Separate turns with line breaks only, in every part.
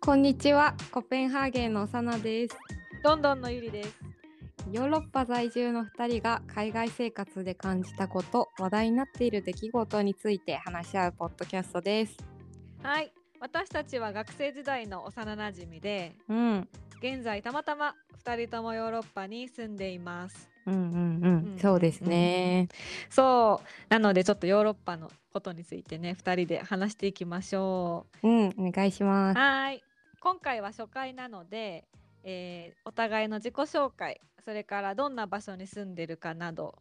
こんにちは、コペンハーゲンのサナです。
どんどんのゆりです。
ヨーロッパ在住の2人が海外生活で感じたこと、話題になっている出来事について話し合うポッドキャストです。
はい、私たちは学生時代の幼馴染で、
うん、
現在たまたま二人ともヨーロッパに住んでいます。
うん、うん、うん
う、ん
そうですね。
そう、なのでちょっとヨーロッパのことについてね、二人で話していきましょ
うん、お願いし
う。
ます。
はい、今回は初回なので、えーお互いの自己紹介、それからどんな場所に住んでるかなど。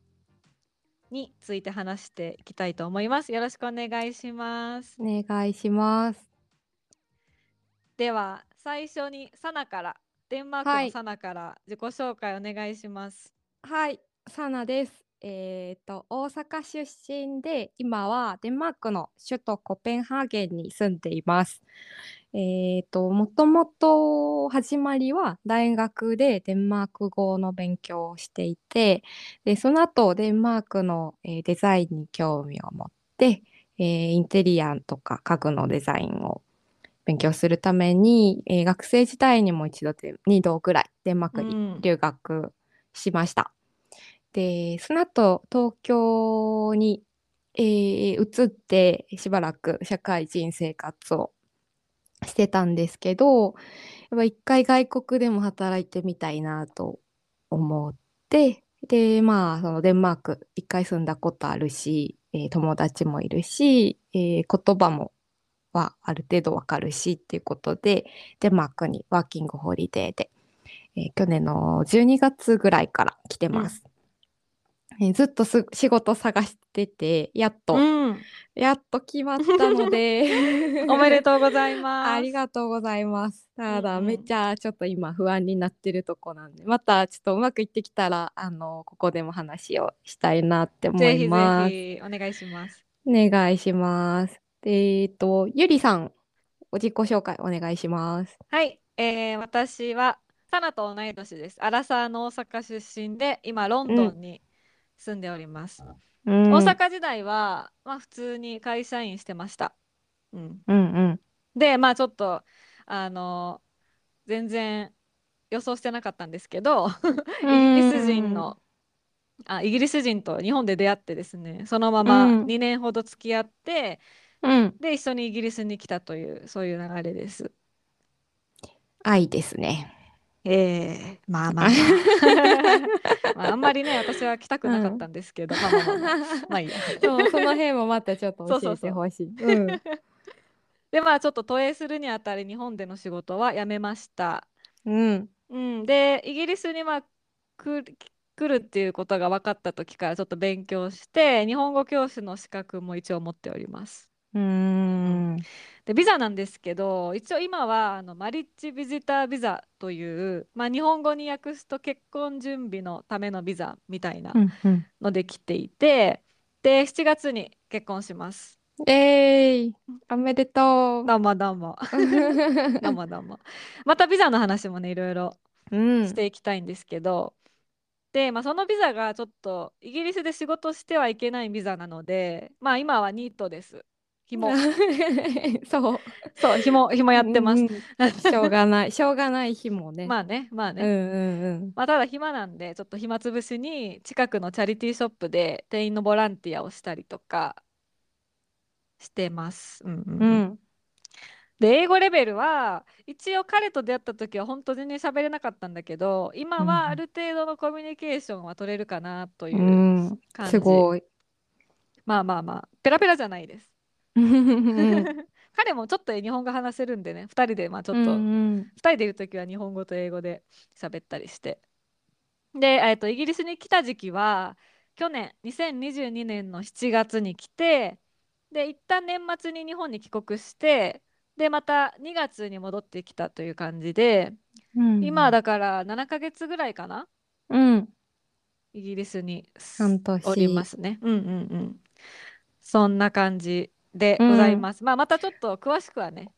について話していきたいと思います。よろしくお願いします。
お願いします。
では最初にサナからデンマー
は
ク
い
のサナから自己紹介お願いします。
はい、サナです。えっ、と、大阪出身で、今はデンマークの首都コペンハーゲンに住んでいます。えっ、と、もともと始まりは大学でデンマーク語の勉強をしていて、で、その後デンマークの、えーデザインに興味を持って、えーインテリアとか家具のデザインを勉強するために、えー学生時代にも一度で2度ぐらいデンマークに
うん
留学しました。で、その後東京に、えー移ってしばらく社会人生活をしてたんですけど、やっぱ一回外国でも働いてみたいなと思って、で、まあ、そのデンマーク一回住んだことあるし、えー友達もいるし、えー言葉もはある程度わかるしっていうことで、デンマークにワーキングホリデーで、えー去年の12月ぐらいから来てます。えーずっとす仕事探してて、やっと、
ん、。
やっと決まったので
おめでとうございます。
ありがとうございます。ただ、
うんうん
めっちゃちょっと今不安になってるとこなんで、またちょっとうまくいってきたら、あの、ここでも話をしたいなって思
ぜ
い
ひぜ
ます。
ひお願いします。
お願いします。えっ、と、ゆりさん、お自己紹介お願いします。
はい、えー、私はサナと同い年です。アラサーの大阪出身で今ロンドンに住んでおります。
大
大。阪時代はまあ普通に会社員してました。うん。
うんうん。
でまあちょっとあの全然予想してなかったんですけど。イギリス人の、あ、イギリス人と日本で出会ってですね、そのまま
うん
2年ほど付き合って、
うん、
で、一緒にイギリスに来たという、そういう流れです。
愛ですね。
ええまあまあまあ。 まあ、あんまりね、私は来たくなかったんですけ ど、まあまあまあまあ、まあ いいや。
そうその辺もまたちょっと教えてほしい。うん
で、まあちょっと渡英するにあたり、日本での仕事は辞めました。
うん。
うん、で、イギリスにまあ来る、来るっていうことが分かった時からちょっと勉強して、日本語教師の資格も一応持っております。
うーん。
で、ビザなんですけど、一応今はあのマリッジビジタービザという、まあ、日本語に訳すと結婚準備のためのビザみたいな
うんうん
ので来ていて、で、7月に結婚します。
えい、おめでとう。
どうもど うも、どうもどうも。またビザの話もね、いろいろ
うん
していきたいんですけど、で、まあ、そのビザがちょっとイギリスで仕事してはいけないビザなので、まあ今はニートです。紐、
そう。
そう、紐、紐やってます。
うん。しょうがない、しょうがない日もね。
まあね、まあ
う
ね。
んうん
まあ、ただ暇なんでちょっと暇つぶしに近くのチャリティーショップで店員のボランティアをしたりとかしてます。うんうん
う
うん
ん。
で英語レベルは一応彼と出会った時は本当に喋れなかったんだけど今
うん。
はある程度のコミュニケーションは取れるかなといううん
うん。
感じ。
すご い。
まあまあまあペラペラじゃないです。
うん。
彼もちょっと日本語話せるんでね2人でまあち
ち
ょっと。
うん
2人でいる時は日本語と英語で喋ったりしてで、えっと、イギリスに来た時期は去年2022年の7月に来てで一旦年末に日本に帰国してでまた2月に戻ってきたという感じで
うん。
今だから7ヶ月ぐらいかな
うん。
イギリスに
半年
おりますね。うんうんうんそんな感じでございます。まあまたちょっと詳しくはね。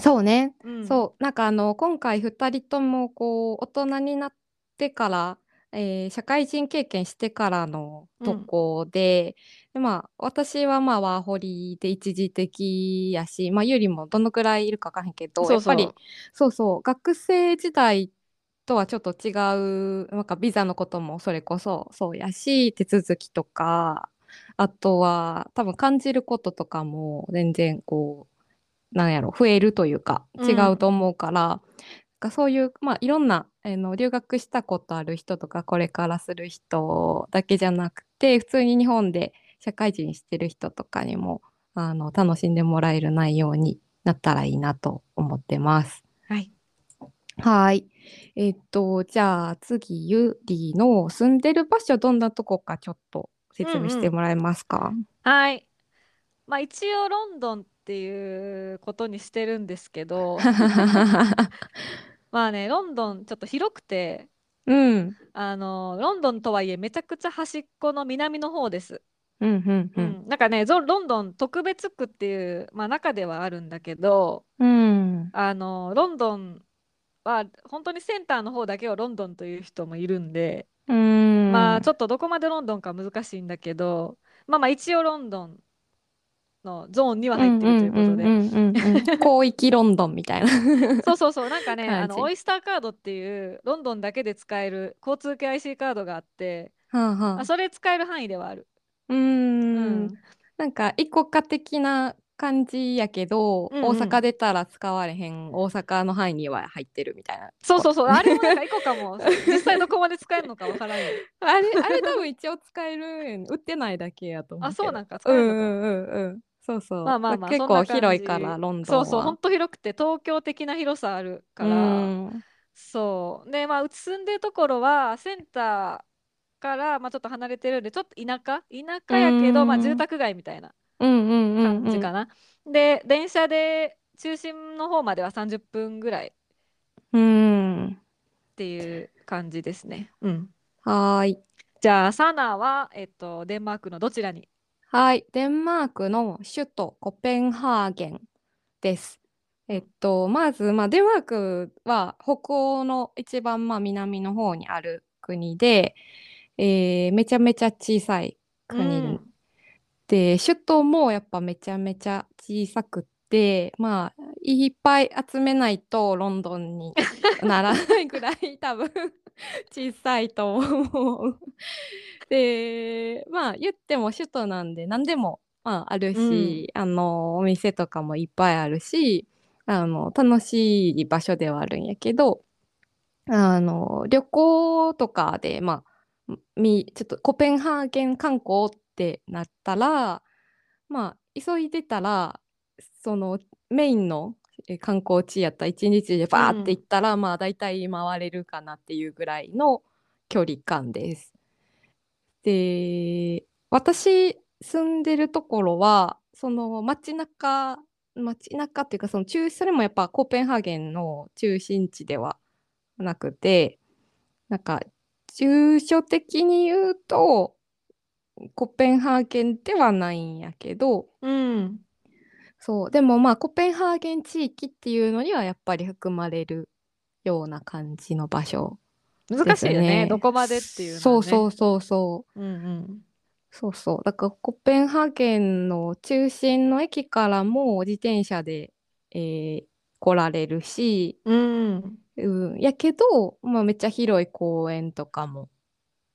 そうね。
うん
そう、なんかあの今回2人ともこう大人になってからえー社会人経験してからのとこで,、でまあ、私はまあワーホリで一時的やし、まあ、ゆりもどのくらいいるか分からへんけど
そうそう
やっぱりそうそう学生時代とはちょっと違うなんかビザのこともそれこそそうやし手続きとかあとは多分感じることとかも全然こうなんやろ増えるというか
うん
違うと思うから、なんかそういう、まあ、いろんなあの留学したことある人とかこれからする人だけじゃなくて普通に日本で社会人してる人とかにもあの楽しんでもらえる内容になったらいいなと思ってます。
はい。
はい。えっと、じゃあ次、ゆりの住んでる場所どんなとこかちょっと説明してもらえますか、
はい。まあ一応ロンドンっていうことにしてるんですけ ど、まあね、ロンドンちょっと広くて、
うん。
あの、ロンドンとはいえめちゃくちゃ端っこの南の方です。
うんうんう。
うんん、なんかね、ゾロンドン特別区っていう、まあ、中ではあるんだけど、
うん。
あの、ロンドンは本当にセンターの方だけをロンドンという人もいるんで、
うん。
まあちょ
っ
っとどこまでロンドンか難しいんだけど、まあまあ一応ロンドンのゾーンに
と
は入ってるということで。
広域ロンドンみたいな。
そうそうそう、なんかね、あの、
感じ
オイスターカードっていうロンドンだけで使える交通系 IC カードがあって、
はあは
あ、
あ
それ使える範囲ではある。
う。
うんん。
なんか、一国家的な感じやけど、
うんうん
大阪出たら使われへん、大阪の範囲には入ってるみたいな。
そうそうそう、あれもなんか一個か も。実際どこまで使えるのかわからない。
あれ、あれ多分一応使えるよね。売ってないだけやと思う
あ、
けど。
そうなんか使
う
え
ん
る
う
のか。
んうんうん。そうそう。
まあまあまあ、
結
そんな
構
感
広い
じ
から、ロンドン
そう
は。
そう、ほんと広くて、東京的な広さあるか
う
ら、
ん。
そう。で、まあ、うち住んでるところは、センターから、まあ、ちょっと離れてるんで、ちょっと田舎田舎やけど、まあ、
うん
住宅街みたいな
うんうんうん
感じかな。で、電車で中心の方までは30分ぐらいっ
うん。うん。
ていう感じですね。うん。
はーい。
じゃあ、サナは、えっと、デンマークのどちらに
はい。デンマークの首都コペンハーゲンです。えっと、まず、まあ、デンマークは北欧の一番、まあ、南の方にある国で、えーめちゃめちゃ小さい国
う
に
ん
で首都もやっぱめちゃめちゃ小さくってまあいっぱい集めないとロンドンにならないぐらい多分 小さいと思う。でまあ言っても首都なんで何でも、まあ、あるし、あのお店とかもいっぱいあるしあの楽しい場所ではあるんやけどあの旅行とかでまあみちょっとコペンハーゲン観光ってなったらまあ急いでたらそのメインのえ観光地やった一日でバーって行ったら、まあ大体回れるかなっていうぐらいの距離感です。で私住んでるところはその街中街中っていうかその中それもやっぱコーペンハーゲンの中心地ではなくてなんか住所的に言うとコペンハーゲンではないんやけど
うん。
そうでもまあコペンハーゲン地域っていうのにはやっぱり含まれるような感じの場所
難
で
し
す
いよね。
ね。
どこまでっていうのはね。
そうそうそうそう
うんうん。
そうそうだからコペンハーゲンの中心の駅からも自転車で、えー来られるし、
うん。
うん、やけど、まあ、めっちゃ広い公園とかも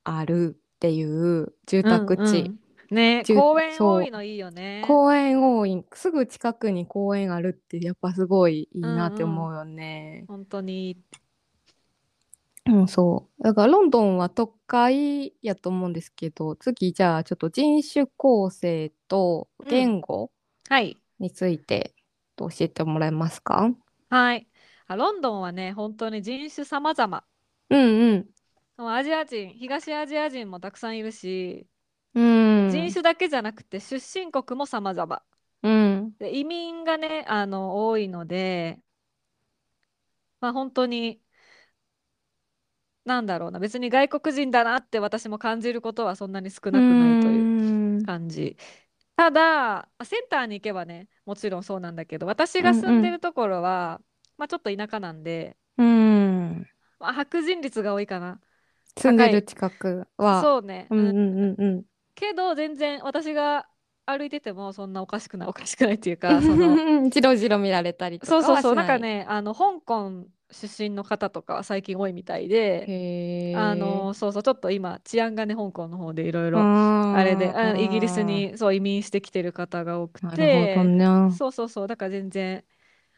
あるっていう住宅地。
うんうんね
住
公園
そう
多いのいいよね。
公園多いすぐ近くに公園あるってやっぱすごいいいなって思うよね。
本当に。
うん、そうだからロンドンは都会やと思うんですけど次じゃあちょっと人種構成と言語
はい。
について教えてもらえますか、
はい。あ、ロンドンはね、本当に人種様々。
うん
もうアジア人、東アジア人もたくさんいるし、
うんうん
人種だけじゃなくて出身国も様々。
うん
で、移民がね、あの、多いので、まあ本当に、なんだろうな、別に外国人だなって私も感じることはそんなに少なくないという。
うん
感じ。ただ、あセンターに行けばね、もちろんそうなんだけど、私が
うん
住んでるところは、まあちょっと田舎なんで、
うん
まあ、白人率が多いかな。
住んでる近くは。
そうね、
うんうんうんうん。
けど全然私が歩いててもそんなおかしくないおかしくないってい うかその
じろじろ見られたりとか
そう
は
そうそう
し
なんか
い。
ねあの香港出身の方とかは最近多いみたいで
へー
あのそうそうちょっと今治安がね香港の方でいろいろ
あ
あれであ
ー
イギリスにそう移民してきてる方が多く
なるほど
て
ね。
そうそうそうだから全然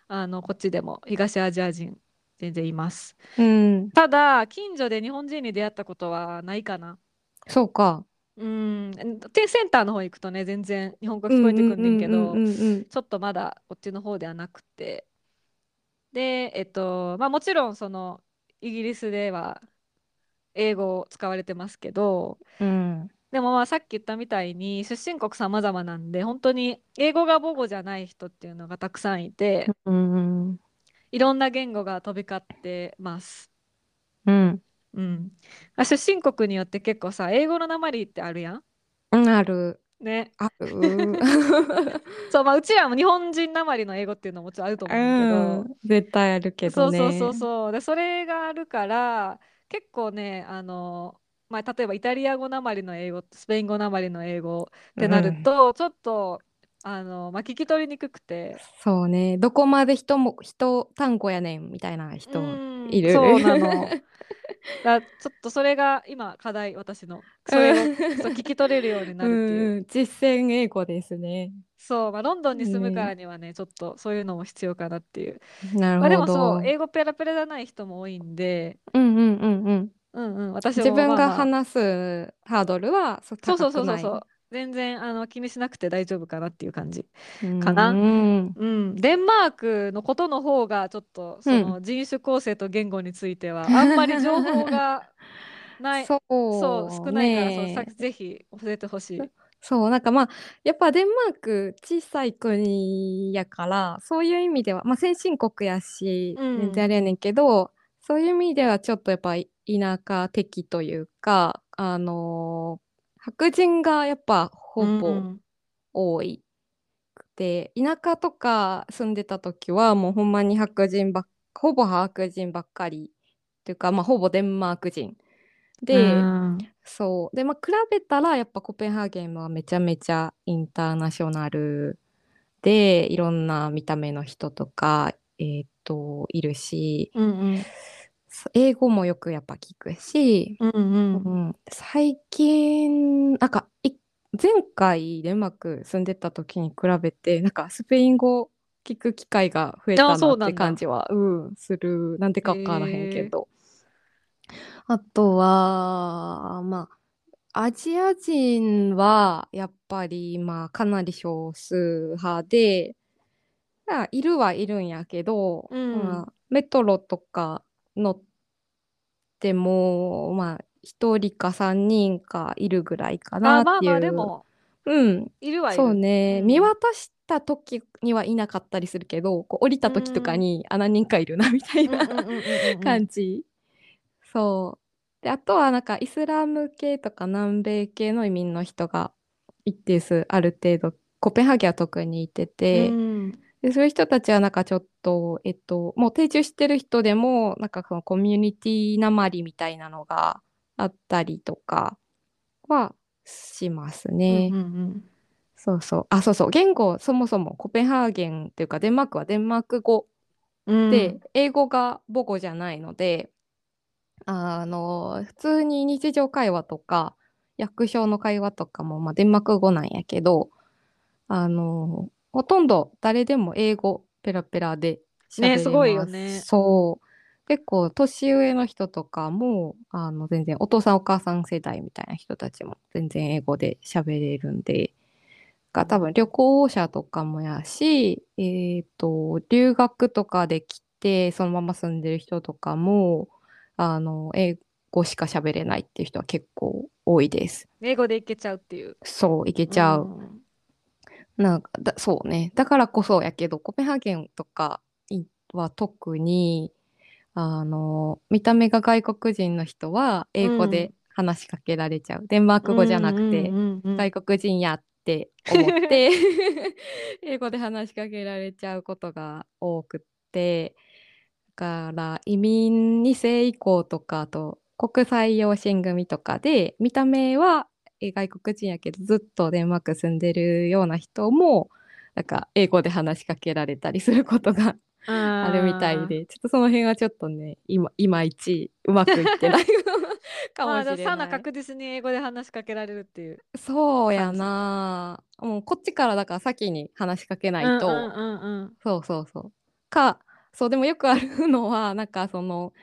あのこっちでも東アジア人全然います
うん。
ただ近所で日本人に出会ったことはないかな
そうか。
うんてセンターの方行くとね全然日本語聞こえてくんねんけど
うんうんうんうんうん
ちょっとまだこっちの方ではなくてでえっとまあもちろんそのイギリスでは英語を使われてますけど
うん。
でもまあさっき言ったみたいに出身国様々なんで本当に英語が母語じゃない人っていうのがたくさんいて
うん。
いろんな言語が飛び交ってます。
うん。
うん、あ出身国によって結構さ英語の訛りってあるやん。
うんある。
ね、
ある。
そう、まあ、うちらも日本人なまりの英語っていうのももちろんあると思うんだけど、
うん。絶対あるけ
そ
ど
う
ね。
そうそうそうでそれがあるから結構ねあの、まあ、例えばイタリア語なまりの英語スペイン語なまりの英語ってなると、ちょっとあの、まあ、聞き取りにくくて
そうね。どこまで人も、人単語やねんみたいな人
う
も
ん
いる。
そう なのだちょっとそれが今課題私のそれをそう聞き取れるようになるっていう、
うんうん実践英語ですね。
そう、まあ、ロンドンに住むからにはねちょっとそういうのも必要かなっていう。
な
まあ、で
るほ
もそ
ど。
う英語ペラペラじゃない人も多いんで、
うんうんうんうん。
うんうん、私も
自分
まあ
が
まあ
話すハードルはそう
そうそ
高
うそ
く
うそう
ない
そう全然あの気にしなくて大丈夫かなっていう感じ。
か
かな
うん。
うん、デンマークのことの方がちょっとその人種構成と言語につい てはあんまり情報がない、
そう
そう少ないからそう
ね
さぜひ教えてほしい。
そうなんかまあやっぱデンマーク小さい国やからそういう意味では、まあ、先進国やし
うん
全然あれやねんけど、そういう意味ではちょっとやっぱ田舎的というかあのー白人がやっぱほ
う
ぼ
ん
多いくて、田舎とか住んでた時はもうほんまに白人ばっほぼ白人ばっかりというか、まあ、ほぼデンマーク人で。
うん
そう。で、まあ、比べたら、やっぱコペンハーゲンはめちゃめちゃインターナショナルで、いろんな見た目の人とか、えーっと、いるし、
うんうん
そう英語もよくやっぱ聞くし、
うんうん
う、ん、最近、なんか、い前回デンマーク住んでた時に比べて、なんかスペイン語聞く機会が増え
あ
た
そ
な
うな
っ
んだ
て感じは、うん、する。なんでかわからへん
へ
け
ー
ど。あとは、まあ、アジア人はやっぱり、まあ、かなり少数派で、まあ、いるはいるんやけど、
うん
まあ、メトロとか乗っても、まあ、1人か3人かいるぐらいかな
あ
っていう。
まあまあでも
うん、
いるはいる。
そうね、
うん
見渡した時にはいなかったりするけど、こう降りた時とかに、あ、何人かいるなみたい
うんう
なん
うんうんうんうん
感じ。そう。で、あとはなんかイスラム系とか南米系の移民の人が一定数ある程度、コペンハーゲンは特にいてて、
うん
で、そういう人たちはなんかちょっと、えっと、もう定住してる人でも、なんかそのコミュニティなまりみたいなのがあったりとかはしますね。
うんうん
そうそう。あ、そうそう。言語、そもそもコペンハーゲンっていうか、デンマークはデンマーク語
うんうん
で、英語が母語じゃないので、あの、普通に日常会話とか、役所の会話とかも、まあ、デンマーク語なんやけど、あの、ほとんど誰でも英語ペラペラで喋れ
ねすごいよ
ます
ね
そう。結構、年上の人とかも、あの、全然、お父さんお母さん世代みたいな人たちも、全然英語で喋れるんで、が多分旅行者とかもやし、えーと、留学とかで来て、そのまま住んでる人とかも、あの、英語しか喋れないっていう人は結構多いです。
英語でいけちゃうっていう。
そう、いけちゃう。
ん
なんかだ、そうね。だからこそやけど、コペンハーゲンとかいは特に、あの、見た目が外国人の人は英語で話しかけられちゃう。デンマーク語じゃなくて。
うんうんうんうん
外国人やって思って 英語で話しかけられちゃうことが多くってだから移民2世以降とかあと国際養子縁組とかで見た目はえ外国人やけどずっとデンマーク住んでるような人もなんか英語で話しかけられたりすることが
あ
あるみたいでちょっとその辺はちょっとね今いまいちうまくい ってないかもし
まあ、
れ
でサナ
ない。
確実に英語で話しかけられるっていう。
そうやなもうこっちからだから先に話しかけないと、
うんうんうんうん
そうそうそう。か、そう、でもよくあるのは、なんかその、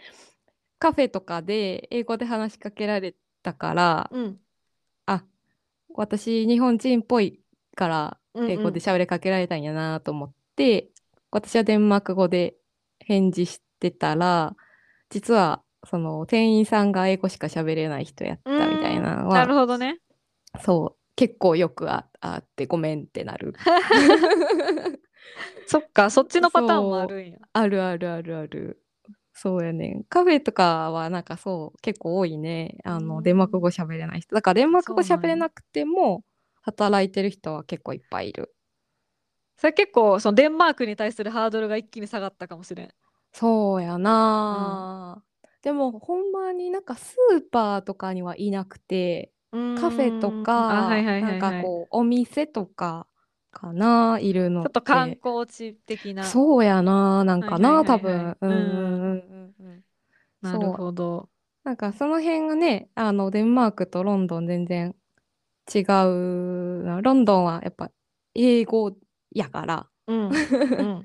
カフェとかで英語で話しかけられたから、
うん
あ、私日本人っぽいから
うんうん
英語で喋りかけられたんやなと思って、私はデンマーク語で返事してたら、実はその店員さんが英語しか喋れない人やったみたいなの
なる
は、
ほどね。
そう、結構よくあ、あってごめんってなる。
そっか、そっちのパターンもあるんや。
あるあるあるある。そうやねん。カフェとかはなんかそう結構多いね。あ
う
の
ん
デンマーク語喋れない人。だからデンマーク語
そうなん
喋
や
れなくても働いてる人は結構いっぱいいる。
それ結構、そのデンマークに対するハードルが一気に下がったかもしれん。
そうやなあ、でもほんまになんかスーパーとかにはいなくてカ
カ
フェとか、
はいはいは
ないん
は
か
い。
こうお店とかかないるの
ちょっと観光地的な。
そうやなあなんかな、
はいはいはいはい
多分。うん
うん
うんうんうんうん。
なるほど。
なんかその辺がね、あのデンマークとロンドン全然違うな。ロンドンはやっぱ英語やから、
うん。うん。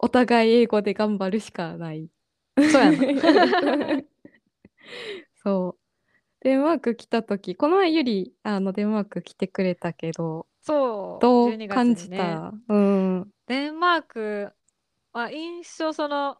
お互い英語で頑張るしかない。
そうや な。
そう。デンマーク来た時、この前ゆり、あのデンマーク来てくれたけど、
そう。
どう
12月
感
に
じ
ね
たうん。
デンマークは印象、その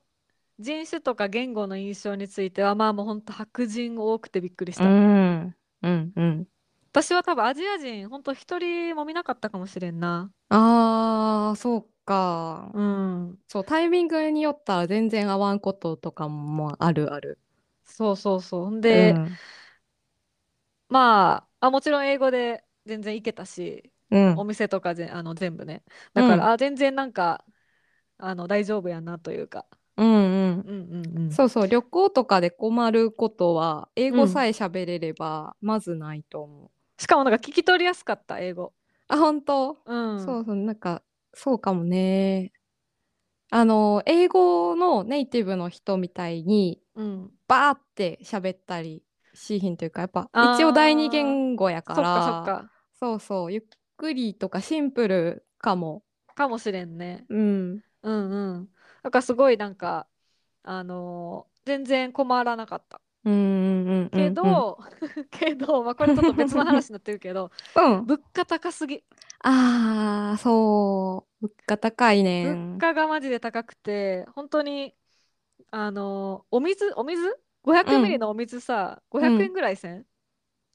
人種とか言語の印象については、まあもう本当白人多くてびっくりし
う
た。
ん。うんうん。
私は多分アジア人、本当一人も見なかったかもしれんな。
ああ、そうか。
うん。
そう、タイミングによったら全然合わんこととかもあるある。
そうそうそう。ほん
う
で、
ん
まあ、あ、もちろん英語で全然いけたし、
うん
お店とかぜん、あの全部ね。だから、あ、全然なんか、あの、大丈夫やなというか。
うんうん。
うんうんうん。
そうそう、旅行とかで困ることは、英
う
語
ん
さえ喋れれば、まずないと思う。
しかもなんか聞き取りやすかった、英語。
あ、本当
うん。
そうそう、なんか、そうかもね。あの、英語のネイティブの人みたいに、
うん。
バーって喋ったりしひんというか、やっぱ、
あー
一応第二言語やか
そっかそっ
ら、
か。
そうそう、ゆっくりとかシンプルかも。
かもしれんね。
うん。
うんうん。なんかすごいなんか、あのー全然困らなかった。
うんうんうんうんうん。
けど、 けど、まあ、これちょっと別の話になってる けど、
うん。
物価高すぎ。
ああ、そう。物価高いねん。
物価がマジで高くて、本当に、あのーお水、お水 ?500 ミリのお水さ、500円ぐらいせん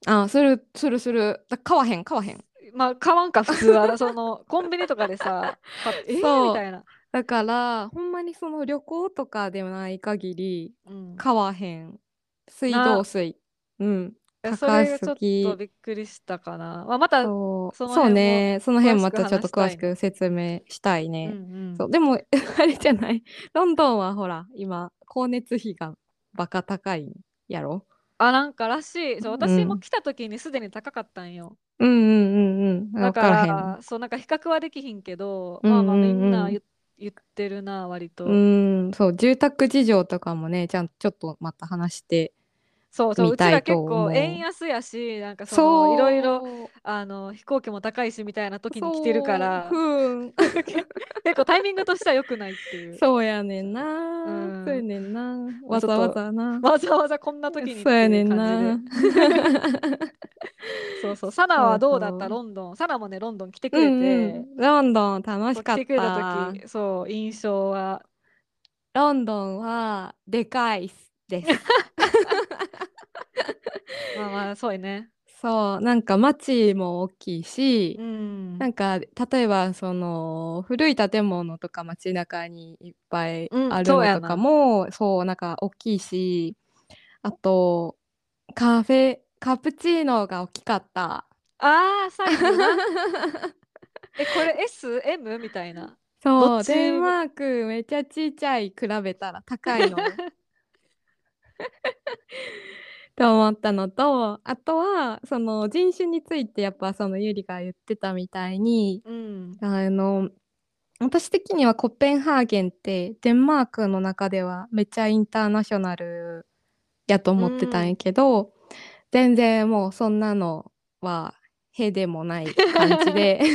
あ、する、する、する。だ買わへん、買わへん。
まあ、買わんか、普通は。 その、コンビニとかでさ、買ってえー
そう
みたいな。
だから、ほんまにその旅行とかでもない限り、
うん。
買わへん。水
な
道水。うん。
いやそ
高
れがちょっ
すぎ
とびっくりしたかな。まあ、また、う
そう、
その
そう
辺も
ね。その辺またちょっと
詳
詳
し
し
く
く説明したい
んう
ね。
ん。
そう、でも、 あれじゃない。ロンドンはほら、今、光熱費がバカ高いんやろ。
あ、なんからしい。そう、
うん
私も来た時にすでに高かったんよ。
うんうんうんうん。
だ
わ
か
からへん。
ら、そう、なんか比較はできひんけど、
うん
ま
う
あ
んうん
まあみんな言、言ってるな、割と。
うん、そう、住宅事情とかもね、ちゃんとちょっとまた話して
そうそう、う
見
ちら
たい
結
と思う
構円安やし、なんかその、
そう
いろいろ、あの、飛行機も高いしみたいな時に来てるから、
そうふん
結構タイミングとしては良くないっていう。
そうやねんな、
うん
そうやねんな
まあ
わ
ちょっと
ざわざな、
わざわざこんな時にって
そうや
い
ね
うん感
な
じで。そうそう、サナはどうだっ
そ
た
うそう
ロンドン。サナもね、ロンドン来てく
う
れ
んう
て、
んロンドン楽し
そう
か
来
って
くれた
た
時、そう、印象は、
ロンドンはでかいっすです
まあまあ、そうやね。
そうなんか街も大きいし、
うん。
なんか例えばその古い建物とか街中にいっぱい
うん
ある
そうや
のと
な
かも、そうなんか大きいしあとカフェカプチーノが大きか った
ああ、サイズな。 え、これ S、M みたいな。ど
そ
っ
う
ち
デンマーク めっちゃちっちゃい比べたら高いのと思ったのとあとはその人種についてやっぱそのゆりが言ってたみたいに
うん
あの私的にはコペンハーゲンってデンマークの中ではめっちゃインターナショナルやと思ってたんやけど、全然もうそんなのはへでもない感じで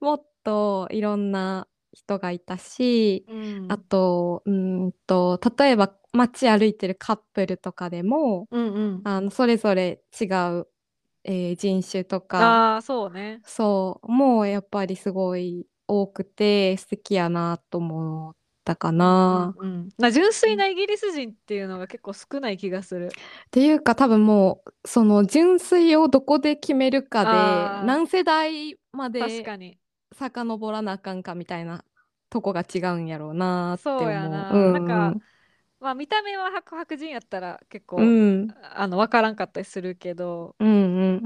もっといろんな人がいたし
うん
あとうーんと例えば街歩いてるカップルとかでも
うんうん
あのそれぞれ違う、えー人種とか
ああそうね
そうもうやっぱりすごい多くて素敵やなと思ったかな。
うんうんまあ純粋なイギリス人っていうのが結構少ない気がする
っていうか多分もうその純粋をどこで決めるかで
あー
何世代ま
確
で
かに
遡らなあかんかみたいなとこが違うんやろうなって思う。
そうやな
う
なんかまあ見た目は白白人やったら結構
うん
あの分からんかったりするけど
うん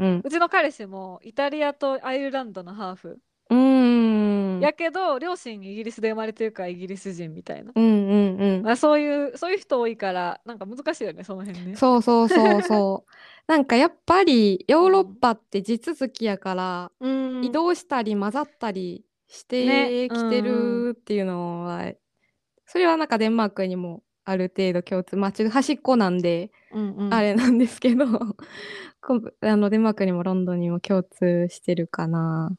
うん
うちの彼氏もイタリアとアイルランドのハーフ
うん。うん
やけど両親イギリスで生まれてるからイギリス人みたいな、
うんうんうん。
まあ、そういうそういう人多いからなんか難しいよねその辺ね
そうそうそう そう。なんかやっぱりヨーロッパって地続きやから、
うん
移動したり混ざったりして
ね
きて
うんう
るっていうのは、それはなんかデンマークにもある程度共通、まあ、ちょっと端っこなんで
うんうん
あれなんですけど、 こんあのデンマークにもロンドンにも共通してるかな。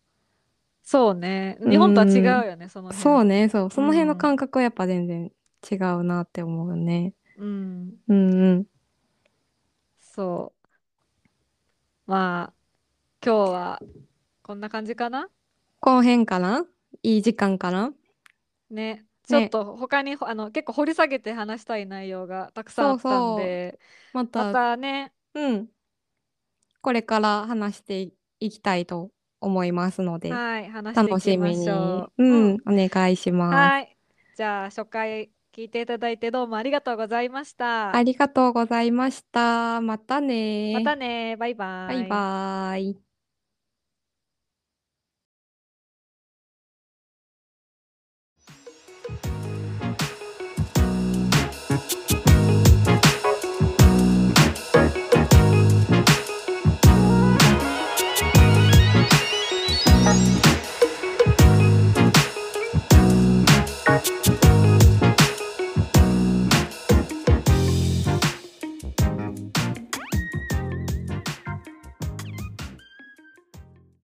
そうね日本とは違うよね、その辺
そうね、そう、その辺
う
の
ん
感覚はやっぱ全然違うなって思うね。
うん
うんうん。
そうまあ今日はこんな感じかな
この辺かないい時間かな
ねちょっと他にあの結構掘り下げて話したい内容がたくさんあったんで
ま
またね
うん。これから話していいきたいと思いますので、
はい話して
楽
い
し
きま
みに、
しょう、
うん、お願いします。
はいじゃあ初回聞いていただいてどうもありがとうございました
ありがとうございました。またね。
またねバイバ
バイバーイ。